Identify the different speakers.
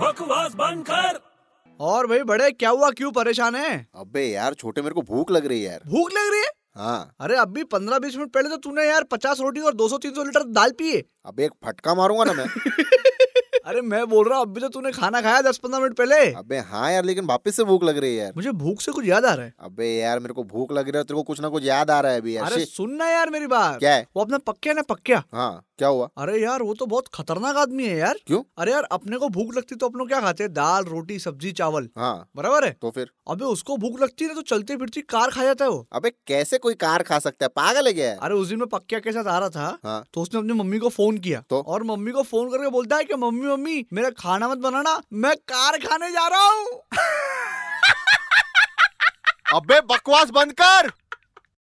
Speaker 1: बकवास बंद कर
Speaker 2: और भाई बड़े क्या हुआ क्यों परेशान है
Speaker 3: अबे यार छोटे मेरे को भूख लग रही है यार
Speaker 2: भूख लग रही है
Speaker 3: हाँ
Speaker 2: अरे अब भी पंद्रह बीस मिनट पहले तो तूने यार पचास रोटी और दो सौ तीन सौ लीटर दाल पिए
Speaker 3: अबे एक फटका मारूंगा ना मैं
Speaker 2: अरे मैं बोल रहा हूँ अब भी तो तूने खाना खाया दस पंद्रह मिनट पहले
Speaker 3: अबे हाँ यार लेकिन वापस से भूख लग रही है यार
Speaker 2: मुझे भूख से कुछ याद आ रहा है
Speaker 3: अबे यार मेरे को भूख लग रही है तेरे को कुछ ना कुछ याद आ रहा है अभी यार
Speaker 2: अरे
Speaker 3: shit,
Speaker 2: सुनना यार मेरी बात
Speaker 3: क्या है
Speaker 2: वो अपना पक्या ना पक्या
Speaker 3: हाँ क्या हुआ
Speaker 2: अरे यार वो तो बहुत खतरनाक आदमी है यार
Speaker 3: क्यों?
Speaker 2: अरे यार अपने को भूख लगती तो अपनों क्या खाते दाल रोटी सब्जी चावल
Speaker 3: हाँ
Speaker 2: बराबर है
Speaker 3: तो फिर
Speaker 2: अबे उसको भूख लगती है ना तो चलते फिरती कार खा जाता है वो
Speaker 3: अबे कैसे कोई कार खा सकता है पागल है क्या यार?
Speaker 2: अरे उस दिन मैं पक्या के साथ आ रहा था
Speaker 3: हाँ।
Speaker 2: तो उसने अपनी मम्मी को फोन किया
Speaker 3: तो?
Speaker 2: और मम्मी को फोन करके बोलता है कि मम्मी मम्मी मेरा खाना मत बनाना मैं कार खाने जा रहा हूँ
Speaker 3: अबे बकवास बंद कर